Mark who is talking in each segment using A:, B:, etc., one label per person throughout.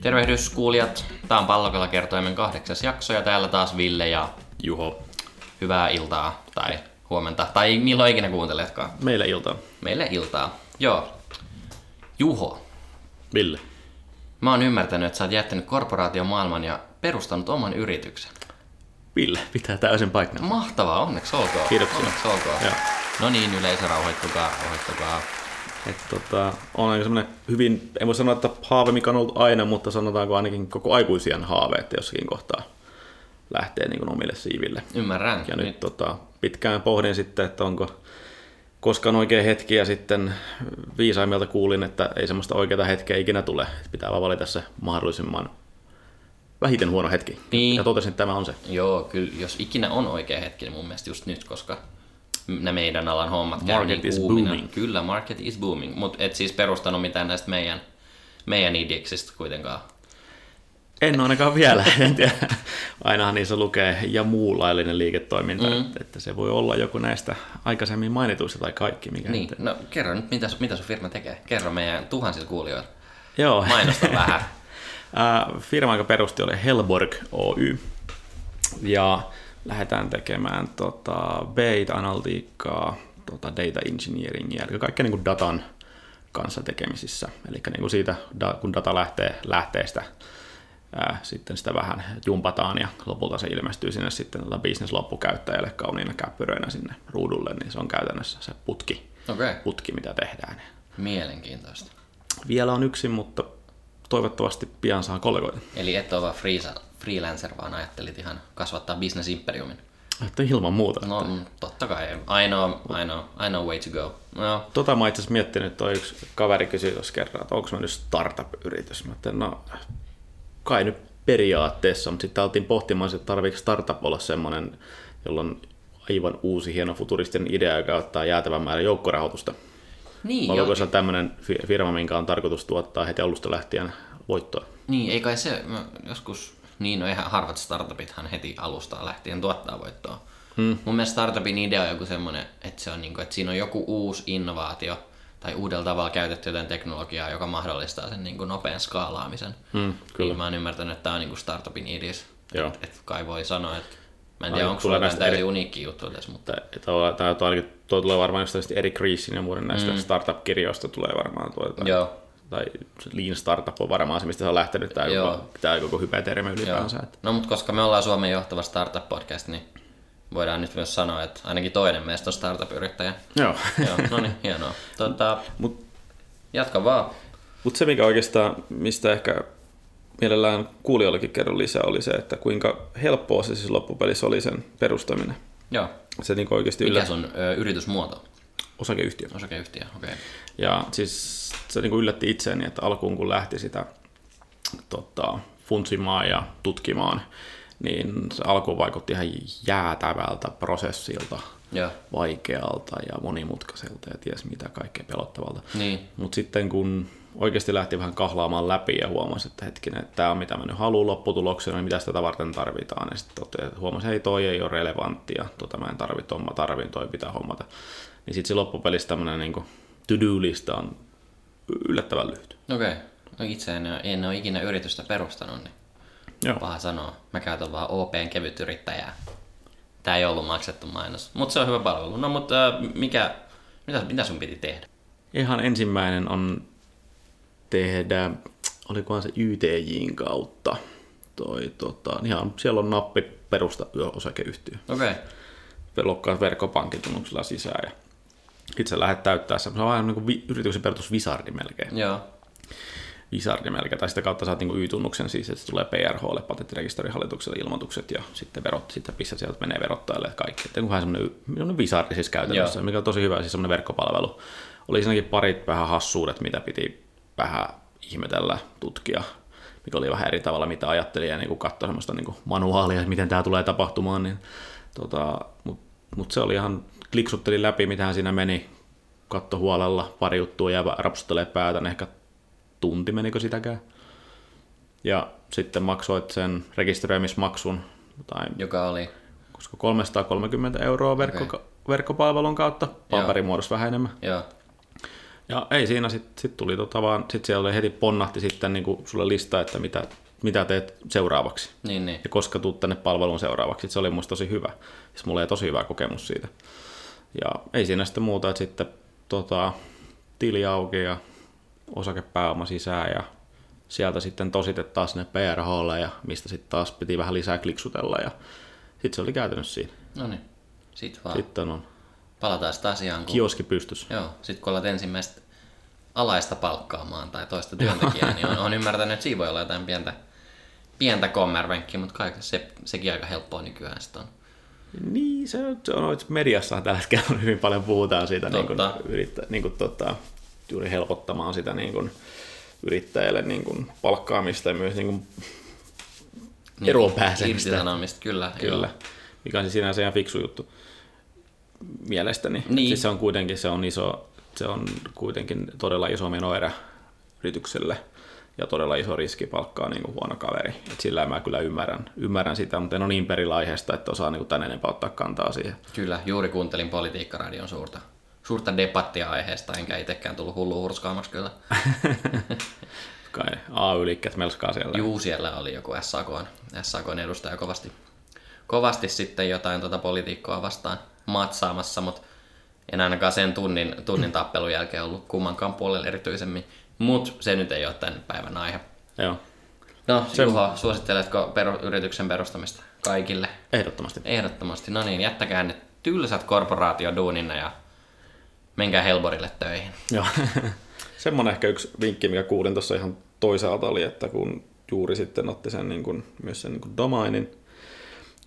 A: tervehdys kuulijat. Tämä on Pallokalla kertoimen kahdeksas jakso ja täällä taas Ville ja
B: Juho.
A: hyvää iltaa tai huomenta tai milloin ikinä kuunteletkaan.
B: Meillä iltaa.
A: Meille iltaa. Joo. Juho,
B: Ville.
A: mä oon ymmärtänyt, että sä oot jättänyt korporaation maailman ja perustanut oman yrityksen.
B: Ville pitää täysin paikkansa.
A: Mahtavaa, onneksi olkoon.
B: Kiitoksia.
A: Onneksi olkoon.
B: Joo.
A: No niin, yleisö, rauhoittukaa, rauhoittukaa.
B: Et tota, on aika semmoinen hyvin, en voi sanoa, että haave, mikä on ollut aina, mutta sanotaanko ainakin koko aikuisien haave, että jossakin kohtaa lähtee niin kuin omille siiville.
A: Ymmärrän.
B: Ja nyt tota, pitkään pohdin sitten, että onko koskaan oikea hetki ja sitten viisaimmilta kuulin, että ei semmoista oikeaa hetkeä ikinä tule. Että Pitää vaan valita se mahdollisimman vähiten huono hetki.
A: Niin.
B: Ja totesin, että tämä on se.
A: Joo, kyllä jos ikinä on oikea hetki, niin mun mielestä just nyt, koska nämä meidän alan hommat niin
B: Market is
A: kuumina.
B: booming.
A: Kyllä, market is booming, mutta et siis perustanut mitään näistä meidän, meidän idiksistä kuitenkaan.
B: En ainakaan vielä, en tiedä. Ainahan niissä lukee ja muu laillinen liiketoiminta, mm. että, että se voi olla joku näistä aikaisemmin mainituista tai kaikki. Mikä
A: Niin, no kerro nyt, mitä, sun- mitä sun firma tekee. Kerro meidän tuhansille kuulijoille.
B: Joo.
A: Mainosta vähän.
B: Ää, Äh, firma, joka perusti, oli Helborg Oy. Ja lähdetään tekemään tota, beta-analytiikkaa, tota, data engineeringia, eli kaikkea niin kuin datan kanssa tekemisissä. Eli niin kuin siitä, da- kun data lähtee lähteestä, ää, sitten sitä vähän jumpataan ja lopulta se ilmestyy sinne sitten tota bisnesloppukäyttäjälle kauniina käppyröinä sinne ruudulle, niin se on käytännössä se putki,
A: Okei, okay.
B: putki mitä tehdään.
A: mielenkiintoista.
B: Vielä on yksi, mutta toivottavasti pian saa kollegoita.
A: Eli et ole vaan freesa- freelancer, vaan ajattelit ihan kasvattaa bisnesimperiumin.
B: Että ilman muuta.
A: No mm, totta kai, ainoa, ainoa, ainoa way to go. No,
B: Tota mä itse asiassa miettinyt, toi yksi kaveri kysyi tuossa kerran, että onko mä nyt startup-yritys. Mä ajattelin, no kai nyt periaatteessa, mutta sitten alettiin pohtimaan, että tarviiko startup olla semmoinen, jolla on aivan uusi hieno futuristinen idea, joka ottaa jäätävän määrän joukkorahoitusta.
A: niin,
B: Vai
A: joo,
B: onko se tämmöinen fi- firma, minkä on tarkoitus tuottaa heti alusta lähtien voittoa?
A: Niin, ei kai se mä joskus, niin no ihan harvat startupithan heti alusta lähtien tuottaa voittoa. Hmm. Mun mielestä startupin idea on joku semmoinen, että, se on niinku, että siinä on joku uusi innovaatio tai uudella tavalla käytetty jotain teknologiaa, joka mahdollistaa sen niinku nopean skaalaamisen. Hmm,
B: Mm, kyllä.
A: Niin mä oon ymmärtänyt, että tämä on niinku startupin idis.
B: Joo.
A: Et, et kai voi sanoa, että mä en tiedä,
B: Ai,
A: onko sulla
B: tulee
A: jotain
B: näistä
A: täysin uniikki juttu tässä, mutta
B: Tämä tulee varmaan jostain sitten Eric Riesin ja muiden näistä mm. startup-kirjoista tulee varmaan tuota.
A: joo.
B: tai se lean startup on varmaan se, mistä se on lähtenyt, tämä
A: Joo.
B: koko, tämä koko hypetermi ylipäänsä. Että,
A: No mutta koska me ollaan Suomen johtava startup-podcast, niin voidaan nyt myös sanoa, että ainakin toinen meistä on startup-yrittäjä.
B: joo.
A: Joo, no niin, hienoa. Tota,
B: Mut-
A: jatka vaan.
B: Mutta se, mikä oikeastaan, mistä ehkä mielellään kuulijoillekin kerron lisää, oli se, että kuinka helppoa se siis loppupelissä oli sen perustaminen.
A: Joo.
B: Se niin oikeasti
A: Mikä
B: yllä
A: sun ö, yritysmuoto?
B: osakeyhtiö.
A: Osakeyhtiö, okei. Okay.
B: Ja siis se niin yllätti itseäni, että alkuun kun lähti sitä tota, funtsimaan ja tutkimaan, niin se alkuun vaikutti ihan jäätävältä prosessilta.
A: Joo.
B: vaikealta ja monimutkaiselta ja ties mitä kaikkea pelottavalta.
A: Niin.
B: Mutta sitten kun oikeasti lähti vähän kahlaamaan läpi ja huomasi, että hetkinen, että tämä on mitä mä nyt haluan lopputuloksena, niin mitä sitä varten tarvitaan. Ja sitten tote- että huomasi, että ei toi ei ole relevanttia, tota mä en tarvi, ton mä tarvin, toi pitää hommata. Niin sitten se loppupelissä tämmöinen niin to-do-lista on yllättävän lyhyt.
A: Okei. Okay. No itse en, oo- en ole ikinä yritystä perustanut, niin
B: Joo.
A: paha sanoa. Mä käytän vaan OPn kevyt yrittäjää. Tää ei ollut maksettu mainos, mutta se on hyvä palvelu. No mutta ö, mikä, mitä, mitä sun piti tehdä?
B: Ihan ensimmäinen on tehdä, olikohan se YTJin kautta, toi, tota, ihan, siellä on nappi perusta osakeyhtiö.
A: Okei. Okay.
B: Lokkaat verkkopankin tunnuksella sisään ja itse lähdet täyttää se. Se on vähän niin kuin vi, yrityksen perustus visardi melkein.
A: Joo.
B: Visardi melkein, tai sitä kautta saat niin kuin Y-tunnuksen siis, että se tulee PRHlle, patenttirekisterihallitukselle ilmoitukset ja sitten verot, sitten pistä sieltä menee verottajalle ja kaikki. Että niinku vähän semmoinen, semmoinen visardi siis käytännössä,
A: Joo.
B: Joo. mikä on tosi hyvä, siis semmoinen verkkopalvelu. Oli siinäkin parit vähän hassuudet, mitä piti vähän ihmetellä, tutkia, mikä oli vähän eri tavalla, mitä ajattelin ja niin kuin katsoi semmoista niin kuin manuaalia, että miten tämä tulee tapahtumaan. Niin, tota, Mutta mut se oli ihan, kliksuttelin läpi, mitähän siinä meni, katto huolella, pari juttua ja rapsuttelee päätän, ehkä tunti menikö sitäkään. Ja sitten maksoit sen rekisteröimismaksun, tai
A: Joka oli.
B: koska 330 euroa verkko, verkkopalvelun kautta, paperimuodossa vähän enemmän.
A: Joo.
B: Ja ei siinä, sitten sit tuli tota vaan, sit siellä oli heti ponnahti sitten niin kuin sulle lista, että mitä, mitä teet seuraavaksi.
A: Niin, niin.
B: Ja koska tuut tänne palveluun seuraavaksi, sit se oli musta tosi hyvä. Siis mulla oli tosi hyvä kokemus siitä. Ja ei siinä sitten muuta, että sitten tota, tili auki ja osakepääoma sisään ja sieltä sitten tosite taas sinne PRHlle ja mistä sitten taas piti vähän lisää kliksutella ja sitten se oli käytännössä siinä.
A: No niin. Sitten vaan. Sitten.
B: Sitten on
A: Palataan sitä asiaan. Kun...
B: kioski pystys.
A: Joo, sit kun alat ensimmäistä alaista palkkaamaan tai toista työntekijää, niin on, on ymmärtänyt, että siinä voi olla jotain pientä, pientä kommervenkkiä, mutta kaikki, se, sekin aika helppoa nykyään sit on.
B: Niin, se, se on että mediassa tällä hetkellä on hyvin paljon puhutaan siitä, niin kuin,
A: Totta.
B: yrittä, niin kuin, tota, juuri helpottamaan sitä niin kuin, yrittäjälle niin kuin, palkkaamista ja myös niin kuin, eroon pääsemistä.
A: Irtisanomista, kyllä.
B: Kyllä.
A: Joo.
B: Mikä on siis sinänsä ihan fiksu juttu mielestäni.
A: Niin.
B: Siis se on kuitenkin se on iso, se on kuitenkin todella iso menoerä yritykselle ja todella iso riski palkkaa niin kuin huono kaveri. Et sillä mä kyllä ymmärrän, ymmärrän sitä, mutta en ole niin perillä aiheesta, että osaa niin kuin tän enempää ottaa kantaa siihen.
A: Kyllä, juuri kuuntelin Politiikkaradion suurta, suurta debattia aiheesta, enkä itsekään tullut hullu hurskaamaksi kyllä.
B: Kai AY-liikkeet melskaa siellä.
A: Juu, siellä oli joku SAKn, SAKn edustaja kovasti, kovasti sitten jotain tuota politiikkoa vastaan matsaamassa, mutta en ainakaan sen tunnin, tunnin tappelun jälkeen ollut kummankaan puolella erityisemmin. Mutta se nyt ei ole tämän päivän aihe.
B: Joo,
A: No, se... Juho, suositteletko peru- yrityksen perustamista kaikille?
B: ehdottomasti.
A: Ehdottomasti. No niin, jättäkää ne tylsät korporaatioduuninne ja menkää Helborille töihin.
B: Joo. Semmoinen ehkä yksi vinkki, mikä kuulin tuossa ihan toisaalta oli, että kun juuri sitten otti sen niin kuin, myös sen niin kuin domainin,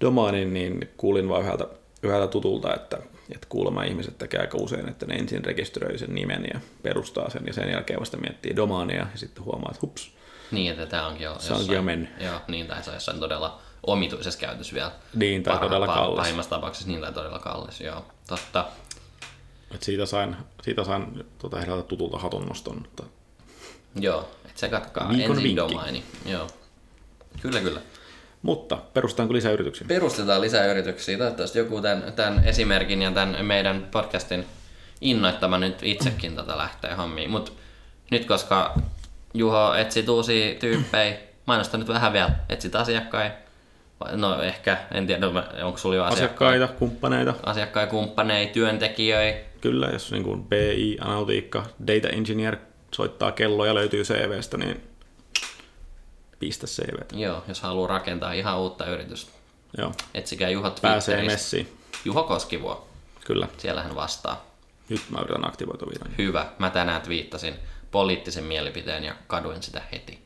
B: domainin, niin kuulin vain yhdeltä, yhdeltä tutulta, että, että kuulemma ihmiset tekee aika usein, että ne ensin rekisteröi sen nimen ja perustaa sen ja sen jälkeen vasta miettii domainia ja sitten huomaa, että hups,
A: Niin, että tämä onkin jo
B: se onkin jo
A: jossain,
B: mennyt.
A: joo, niin, tai se on jossain todella omituisessa käytössä vielä.
B: Niin, tai
A: Parha-
B: todella
A: pa-
B: kallis.
A: Pahimmassa tapauksessa niin tai todella kallis, joo. Totta.
B: Et siitä sain, siitä sain tuota yhdeltä tutulta hatunnoston, mutta
A: Joo, et se katkaa
B: Viikon
A: ensin
B: vinkki.
A: domaini. Joo. Kyllä, kyllä.
B: mutta perustetaanko lisää yrityksiä?
A: Perustetaan lisää yrityksiä. Toivottavasti joku tämän, tämän esimerkin ja tämän meidän podcastin innoittama nyt itsekin tätä lähtee hommiin. Mutta nyt koska Juho etsit uusia tyyppejä, mainosta nyt vähän vielä, etsit asiakkaita. Vai- No ehkä, en tiedä, onko sulla jo asiakkaita,
B: Asiakkaita, kumppaneita,
A: asiakkaita kumppaneita, työntekijöitä,
B: Kyllä, jos niin kuin BI, analytiikka, data engineer soittaa kelloja löytyy CVstä, niin pistä CV.
A: Joo, jos haluaa rakentaa ihan uutta yritystä.
B: Joo.
A: Etsikää Juho
B: Pääsee
A: Twitteristä.
B: messiin.
A: Juho Koskivuo,
B: Kyllä.
A: siellä hän vastaa.
B: Nyt mä yritän aktivoitua vihdoin.
A: Hyvä, mä tänään twiittasin poliittisen mielipiteen ja kaduin sitä heti.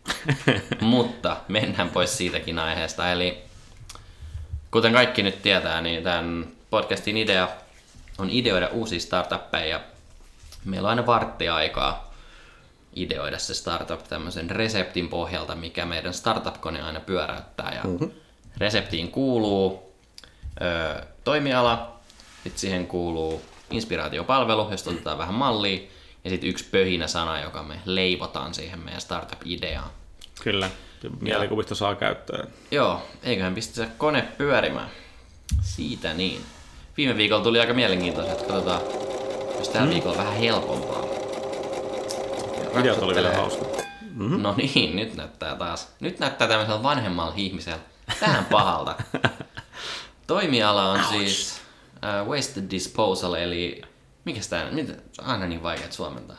A: Mutta mennään pois siitäkin aiheesta. Eli kuten kaikki nyt tietää, niin tämän podcastin idea on ideoida uusia startuppeja ja meillä on aina vartti aikaa ideoida se startup tämmöisen reseptin pohjalta, mikä meidän startup-kone aina pyöräyttää. Ja mm-hmm. Reseptiin kuuluu ö, toimiala, sitten siihen kuuluu inspiraatiopalvelu, josta otetaan vähän mallia, ja sitten yksi pöhinä sana, joka me leivotaan siihen meidän startup-ideaan.
B: Kyllä. Ja Mielikuvista saa käyttöön.
A: Joo, eiköhän pistetä kone pyörimään. Siitä niin. Viime viikolla tuli aika mielenkiintoista, että katsotaan, jos tällä viikolla vähän helpompaa. Ja
B: Videot oli vielä
A: raksuttelee.
B: hauska.
A: No niin, nyt näyttää taas. Nyt näyttää tämmöisellä vanhemmalla ihmisellä. Tähän pahalta. Toimiala on siis uh, waste disposal, eli mikä tämä mitä, aina niin vaikea suomentaa.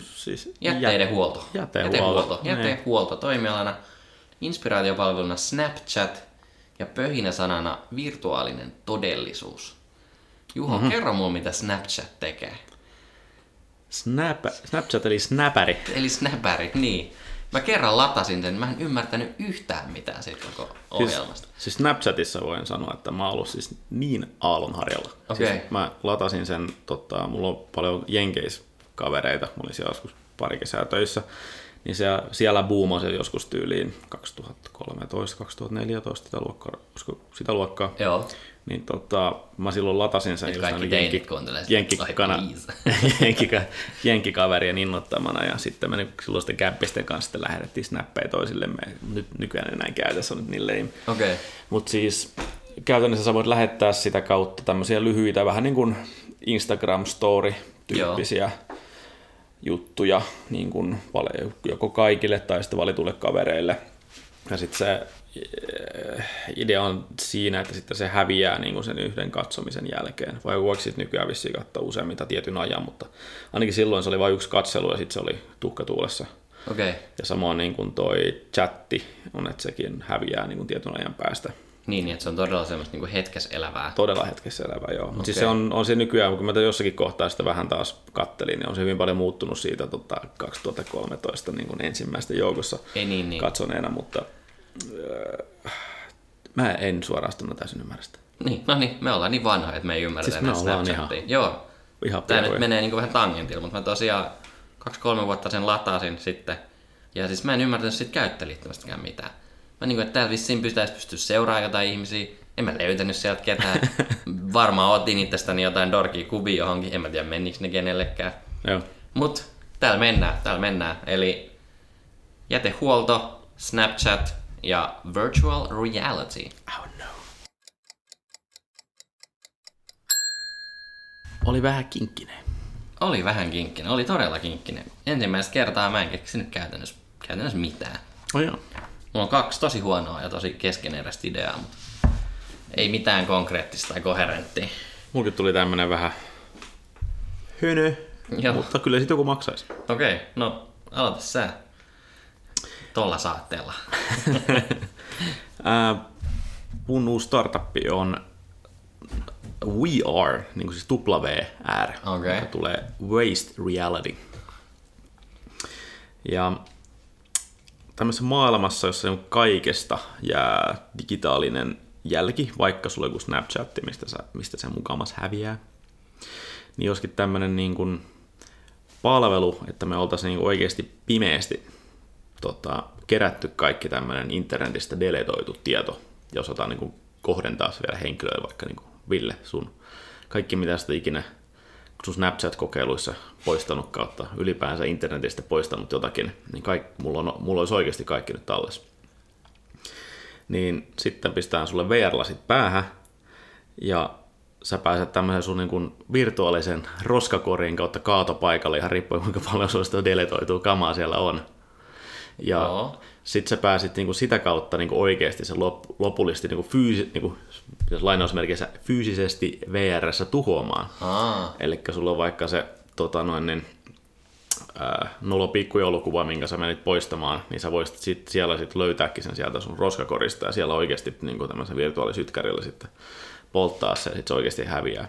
B: Siis
A: Jätteiden huolto.
B: jätehuolto.
A: Jätehuolto.
B: Niin.
A: Jätehuolto toimialana, inspiraatiopalveluna Snapchat ja pöhinä sanana virtuaalinen todellisuus. Juho, mm-hmm. kerro mulle, mitä Snapchat tekee.
B: Snap, Snapchat eli snäpäri.
A: Eli snäpäri, niin. Mä kerran latasin sen, mä en ymmärtänyt yhtään mitään siitä koko ohjelmasta.
B: Siis, siis Snapchatissa voin sanoa, että mä oon ollut siis niin aallonharjalla.
A: Okei.
B: Siis mä latasin sen, tota, mulla on paljon jenkeiskavereita, mä olin siellä joskus pari kesää töissä, niin se, siellä buumasi joskus tyyliin 2013-2014 sitä luokkaa, olisiko sitä luokkaa.
A: Joo.
B: Niin tota, mä silloin latasin sen
A: Nyt kaikki
B: jossain
A: teinit kuuntelee sitä. Ai,
B: jenkkikana,
A: please.
B: jenkkika, jenkkikaverien innoittamana ja sitten me niin silloisten käppisten kanssa sitten lähetettiin snappeja toisillemme. Nyt nykyään enää käytä, se on nyt niin lame.
A: Okei. Okay.
B: Mutta siis käytännössä sä voit lähettää sitä kautta tämmöisiä lyhyitä, vähän niin kuin Instagram-story-tyyppisiä juttuja niin kuin vale- joko kaikille tai sitten valituille kavereille. Ja sitten se eh, idea on siinä, että sitten se häviää niin kuin sen yhden katsomisen jälkeen. Vai voiko sitten nykyään vissiin katsoa useammita tietyn ajan, mutta ainakin silloin se oli vain yksi katselu ja sitten se oli tuhkatuulessa.
A: Okei, okay.
B: Ja samoin niin kuin toi chatti on, että sekin häviää niin kuin tietyn ajan päästä.
A: niin niin, että se on todella semmoista niinku hetkes elävää.
B: Todella hetkessä elävä, joo. Mutta okay. siis
A: Okei.
B: se on, on se nykyään, kun mä tätä jossakin kohtaa sitä vähän taas kattelin, niin on se hyvin paljon muuttunut siitä tota, 2013 niin kuin ensimmäisten joukossa
A: Ei niin, niin.
B: katsoneena, mutta öö, mä en suoraan sanottuna täysin ymmärrä sitä.
A: Niin, no niin, me ollaan niin vanhoja, että me ei ymmärretä
B: Siis me
A: enää
B: ollaan
A: Snapchatia. Joo.
B: Ihan
A: Tää
B: piruja.
A: nyt menee niinku vähän tangentilla, mutta mä tosiaan kaksi-kolme vuotta sen latasin sitten. Ja siis mä en ymmärtänyt siitä käyttöliittymästäkään mitään. Mä niinku, että täällä vissiin pitäisi pystyä seuraamaan jotain ihmisiä. En mä löytänyt sieltä ketään. Varmaan otin itsestäni jotain dorkia kubia johonkin. En mä tiedä menikö ne kenellekään.
B: Joo.
A: Mut täällä mennään, täällä mennään. Eli jätehuolto, Snapchat ja virtual reality.
B: Oh no. Oli vähän kinkkinen.
A: Oli vähän kinkkinen, oli todella kinkkinen. Ensimmäistä kertaa mä en keksinyt käytännössä, käytännössä mitään.
B: Oh, joo.
A: Mulla on kaksi tosi huonoa ja tosi keskeneräistä ideaa, mutta ei mitään konkreettista tai koherenttia.
B: Mulkin tuli tämmönen vähän hönö,
A: Joo.
B: mutta kyllä sit joku maksaisi.
A: Okei, okay, no aloita sä. Tolla saatteella.
B: Ää, mun uusi startuppi on We Are, niin kuin siis WR,
A: Okei.
B: joka tulee Waste Reality. Ja tämmöisessä maailmassa, jossa niin kaikesta jää digitaalinen jälki, vaikka sulla on joku Snapchat, mistä, sä, mistä se mukamas häviää, niin joskin tämmöinen niin kuin palvelu, että me oltaisiin niin kuin oikeasti pimeästi tota, kerätty kaikki tämmöinen internetistä deletoitu tieto ja osataan niin kuin kohdentaa se vielä henkilöille, vaikka niin kuin Ville, sun kaikki mitä sitä ikinä sun Snapchat-kokeiluissa poistanut kautta ylipäänsä internetistä poistanut jotakin, niin kaik, mulla, on, mulla olisi oikeasti kaikki nyt tallessa. Niin sitten pistetään sulle VR-lasit päähän ja sä pääset tämmöisen sun niin kuin virtuaalisen roskakoriin kautta kaatopaikalle ihan riippuen kuinka paljon sulla sitä deletoitua kamaa siellä on. Ja
A: Joo.
B: sit sä pääsit niinku sitä kautta niinku oikeasti se lop, lopullisesti niinku fyysi, niinku, jos lainausmerkeissä fyysisesti VR-ssä tuhoamaan.
A: Aa,
B: Eli sulla on vaikka se tota noin, niin, ää, nolo pikkujoulukuva, minkä sä menit poistamaan, niin sä voisit sit siellä sit löytääkin sen sieltä sun roskakorista ja siellä oikeasti niin tämmöisen virtuaalisytkärillä sitten polttaa se ja sit se oikeasti häviää.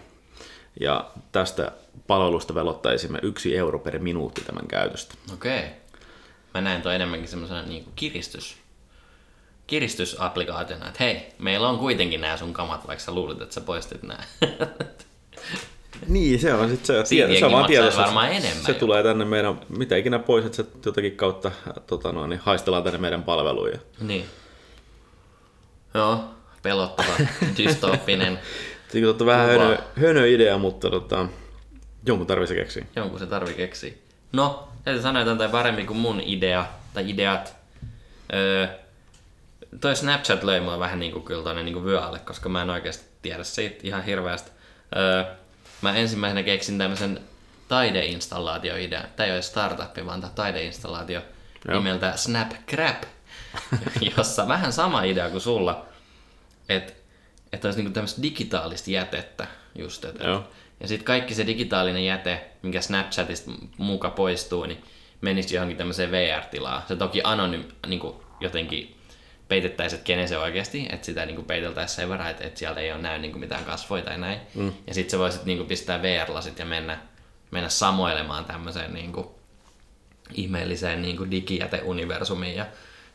B: Ja tästä palvelusta velottaisimme yksi euro per minuutti tämän käytöstä.
A: okei. Okay. Mä näen toi enemmänkin semmoisena niinku kiristys kiristysapplikaationa, että hei, meillä on kuitenkin nämä sun kamat, vaikka sä luulit, että sä poistit nämä.
B: Niin, se on sitten se,
A: Siitäkin
B: se on vaan
A: maksaa
B: tiedossa.
A: varmaan
B: se-
A: enemmän
B: Se
A: jo.
B: tulee tänne meidän, mitä ikinä pois, että se jotakin kautta äh, tota noin, niin haistellaan tänne meidän palveluun. Ja
A: Niin. Joo, pelottava, dystooppinen.
B: Siinä on vähän
A: Kuvaa.
B: hönö, hönö idea, mutta tota, jonkun tarvii se keksiä.
A: Jonkun se tarvii keksiä. No, täytyy sanoa, että on tää parempi kuin mun idea, tai ideat. Öö, toi Snapchat löi mua vähän niinku kyllä tonne niinku vyö alle, koska mä en oikeasti tiedä siitä ihan hirveästi. Öö, mä ensimmäisenä keksin tämmöisen taideinstallaatioidean. Tää ei ole startup, vaan tää taideinstallaatio
B: Joo.
A: nimeltä Snapcrap, jossa vähän sama idea kuin sulla, että et olisi niinku tämmöistä digitaalista jätettä just, et, et-
B: Joo.
A: ja sitten kaikki se digitaalinen jäte, mikä Snapchatista muka poistuu, niin menisi johonkin tämmöiseen VR-tilaan. Se toki anonym, niin kuin jotenkin peitettäisiin, että kenen se oikeasti, että sitä niin peiteltäisiin sen verran, että, että siellä ei ole näy niin mitään kasvoja tai näin. Mm. Ja sitten sä voisit niin pistää VR-lasit ja mennä, mennä samoilemaan tämmöiseen niin kuin, ihmeelliseen niin kuin digijäteuniversumiin ja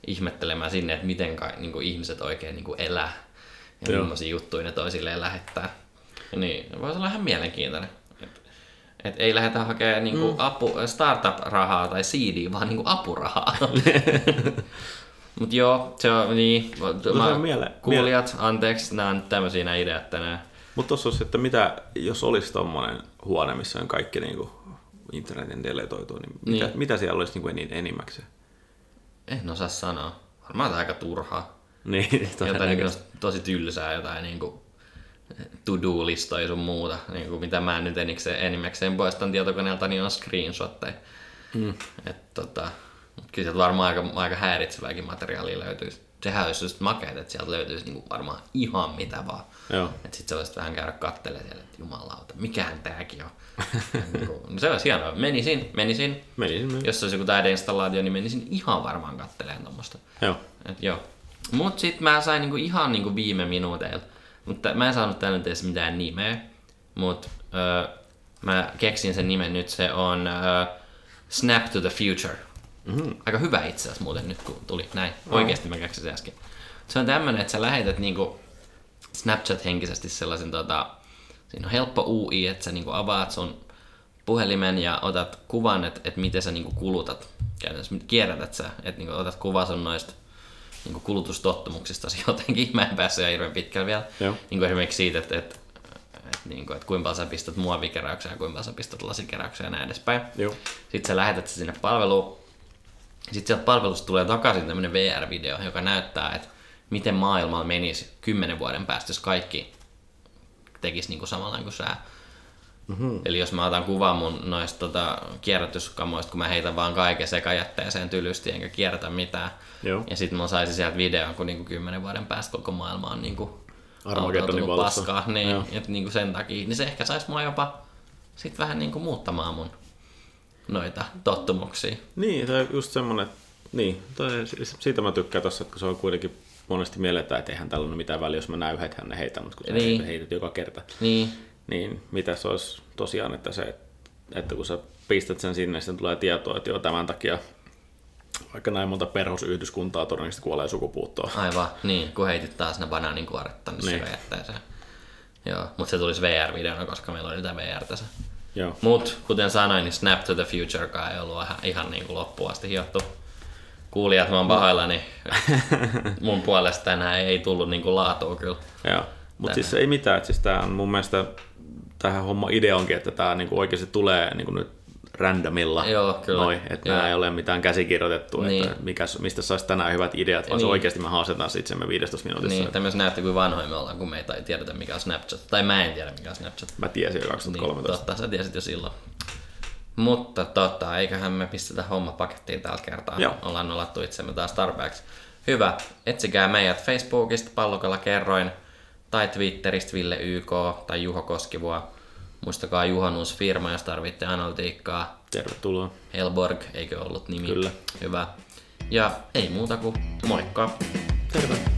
A: ihmettelemään sinne, että miten kai, niin kuin ihmiset oikein niin kuin elää ja
B: Joo.
A: millaisia juttuja ne toisilleen lähettää. Niin, voisi olla ihan mielenkiintoinen. Et, et ei lähdetä hakemaan niin kuin mm. apu, startup-rahaa tai CD, vaan niin kuin apurahaa. Mutta joo, se on niin.
B: se
A: Mä,
B: on miele-
A: kuulijat, anteeksi, nämä on tämmöisiä nämä ideat tänään.
B: Mutta tuossa olisi, että mitä, jos olisi tommonen huone, missä on kaikki niinku internetin deletoitu, niin, niin. Mitä,
A: Niin.
B: mitä siellä olisi niinku enin, enimmäkseen?
A: En osaa sanoa. Varmaan tää aika turhaa.
B: Niin,
A: jotain
B: todennäköisesti.
A: niin tosi tylsää, jotain niin kuin Niinku to-do-listoja sun muuta, niin kuin mitä mä nyt enikseen, enimmäkseen poistan tietokoneelta, niin on screenshotteja. Mm. Et, tota, mut kyllä sieltä varmaan aika, aika häiritsevääkin materiaalia löytyisi. Sehän olisi just makeet, että sieltä löytyisi niinku varmaan ihan mitä vaan.
B: Joo.
A: Että sit sä voisit vähän käydä kattelemaan siellä, että jumalauta, mikähän tääkin on. Niinku, no se olisi hienoa. Menisin, menisin.
B: Menisin, menisin.
A: Jos se olisi joku taideinstallaatio, niin menisin ihan varmaan katteleen tuommoista.
B: Joo.
A: Et joo. Mut sit mä sain niinku ihan niinku viime minuuteilla. Mutta mä en saanut tällä nyt edes mitään nimeä. Mut öö, mä keksin sen nimen nyt. Se on öö, Snap to the Future. Mm-hmm. Aika hyvä itse asiassa muuten nyt kun tuli näin. Oikeesti mä keksin sen äsken. Se on tämmönen, että sä lähetät niinku Snapchat-henkisesti sellaisen tota, siinä on helppo UI, että sä niinku avaat sun puhelimen ja otat kuvan, että et miten sä niinku kulutat. Käytännössä mit- kierrätät sä, että niinku otat kuva sun noista niinku kulutustottumuksista jotenkin. Mä en päässyt ihan hirveän pitkälle vielä.
B: Joo.
A: Niinku esimerkiksi siitä, että et, et, niinku, et kuinka paljon sä pistät muovikeräyksiä, kuinka paljon sä pistät lasikeräyksiä ja näin edespäin.
B: Joo.
A: Sitten sä lähetät se sinne palveluun. Sitten sieltä palvelusta tulee takaisin tämmöinen VR-video, joka näyttää, että miten maailma menisi kymmenen vuoden päästä, jos kaikki tekisi niin kuin samalla kuin sä.
B: Mhm.
A: Mm-hmm. Eli jos mä otan kuvan mun noista tota, kierrätyskamoista, kun mä heitän vaan kaiken sekajätteeseen tylysti enkä kierrätä mitään.
B: Joo.
A: Ja sitten mä saisin sieltä videon, kun niinku kymmenen vuoden päästä koko maailma on niinku
B: Armageddonin
A: autoutunut
B: valossa.
A: paskaa. Niin,
B: Joo.
A: et niinku sen takia, niin se ehkä saisi mua jopa sit vähän niinku muuttamaan mun noita tottumuksia.
B: Niin, tai just semmonen, niin, tai si- siitä mä tykkään tossa, että kun se on kuitenkin monesti mielletään, että eihän tällä ole mitään väliä, jos mä näen yhdet hän ne heitän, mutta kun sä
A: Niin.
B: niin. heität joka kerta,
A: Niin,
B: niin mitä se olisi tosiaan, että se, että kun sä pistät sen sinne, sitten tulee tietoa, että joo, tämän takia vaikka näin monta perhosyhdyskuntaa todennäköisesti kuolee sukupuuttoon.
A: aivan, niin, kun heitit taas ne banaaninkuoret tonne
B: Niin.
A: niin. sekajätteeseen. Joo, mutta se tulisi VR-videona, koska meillä oli jotain VR tässä.
B: Joo.
A: Mut kuten sanoin, niin Snap to the Futurekaan ei ollut ihan, ihan niin kuin loppuun asti hiottu. Kuulijat, mä oon pahoillani. Mun puolesta tänään ei tullut niin kuin laatua kyllä.
B: Joo. Mutta siis ei mitään, että siis tää on mun mielestä tähän homma idea onkin, että tämä niinku oikeasti tulee niinku nyt randomilla.
A: Joo, kyllä.
B: Noi, että
A: Joo.
B: nämä ei ole mitään käsikirjoitettu, niin.
A: Niin.
B: että mikä, mistä saisi tänään hyvät ideat, vaan niin.
A: Niin.
B: se oikeasti me haastetaan se itsemme 15 minuutissa.
A: Niin,
B: Niin.
A: tämä myös näytti kuin vanhoja me ollaan, kun meitä ei tiedetä mikä on Snapchat. Tai mä en tiedä mikä on Snapchat.
B: Mä tiesin jo
A: Niin,
B: 2013.
A: totta, sä tiesit jo silloin. Mutta tota, eiköhän me pistetä homma pakettiin tällä kertaa.
B: Joo.
A: Ollaan nolattu itsemme taas tarpeeksi. Hyvä. Etsikää meidät Facebookista pallokalla kerroin, tai Twitteristä Ville YK tai Juho Koskivua. Muistakaa Juhon uusi firma, jos tarvitte analytiikkaa.
B: Tervetuloa.
A: Helborg, eikö ollut nimi?
B: Kyllä.
A: Hyvä. Ja ei muuta kuin moikka!
B: Terve.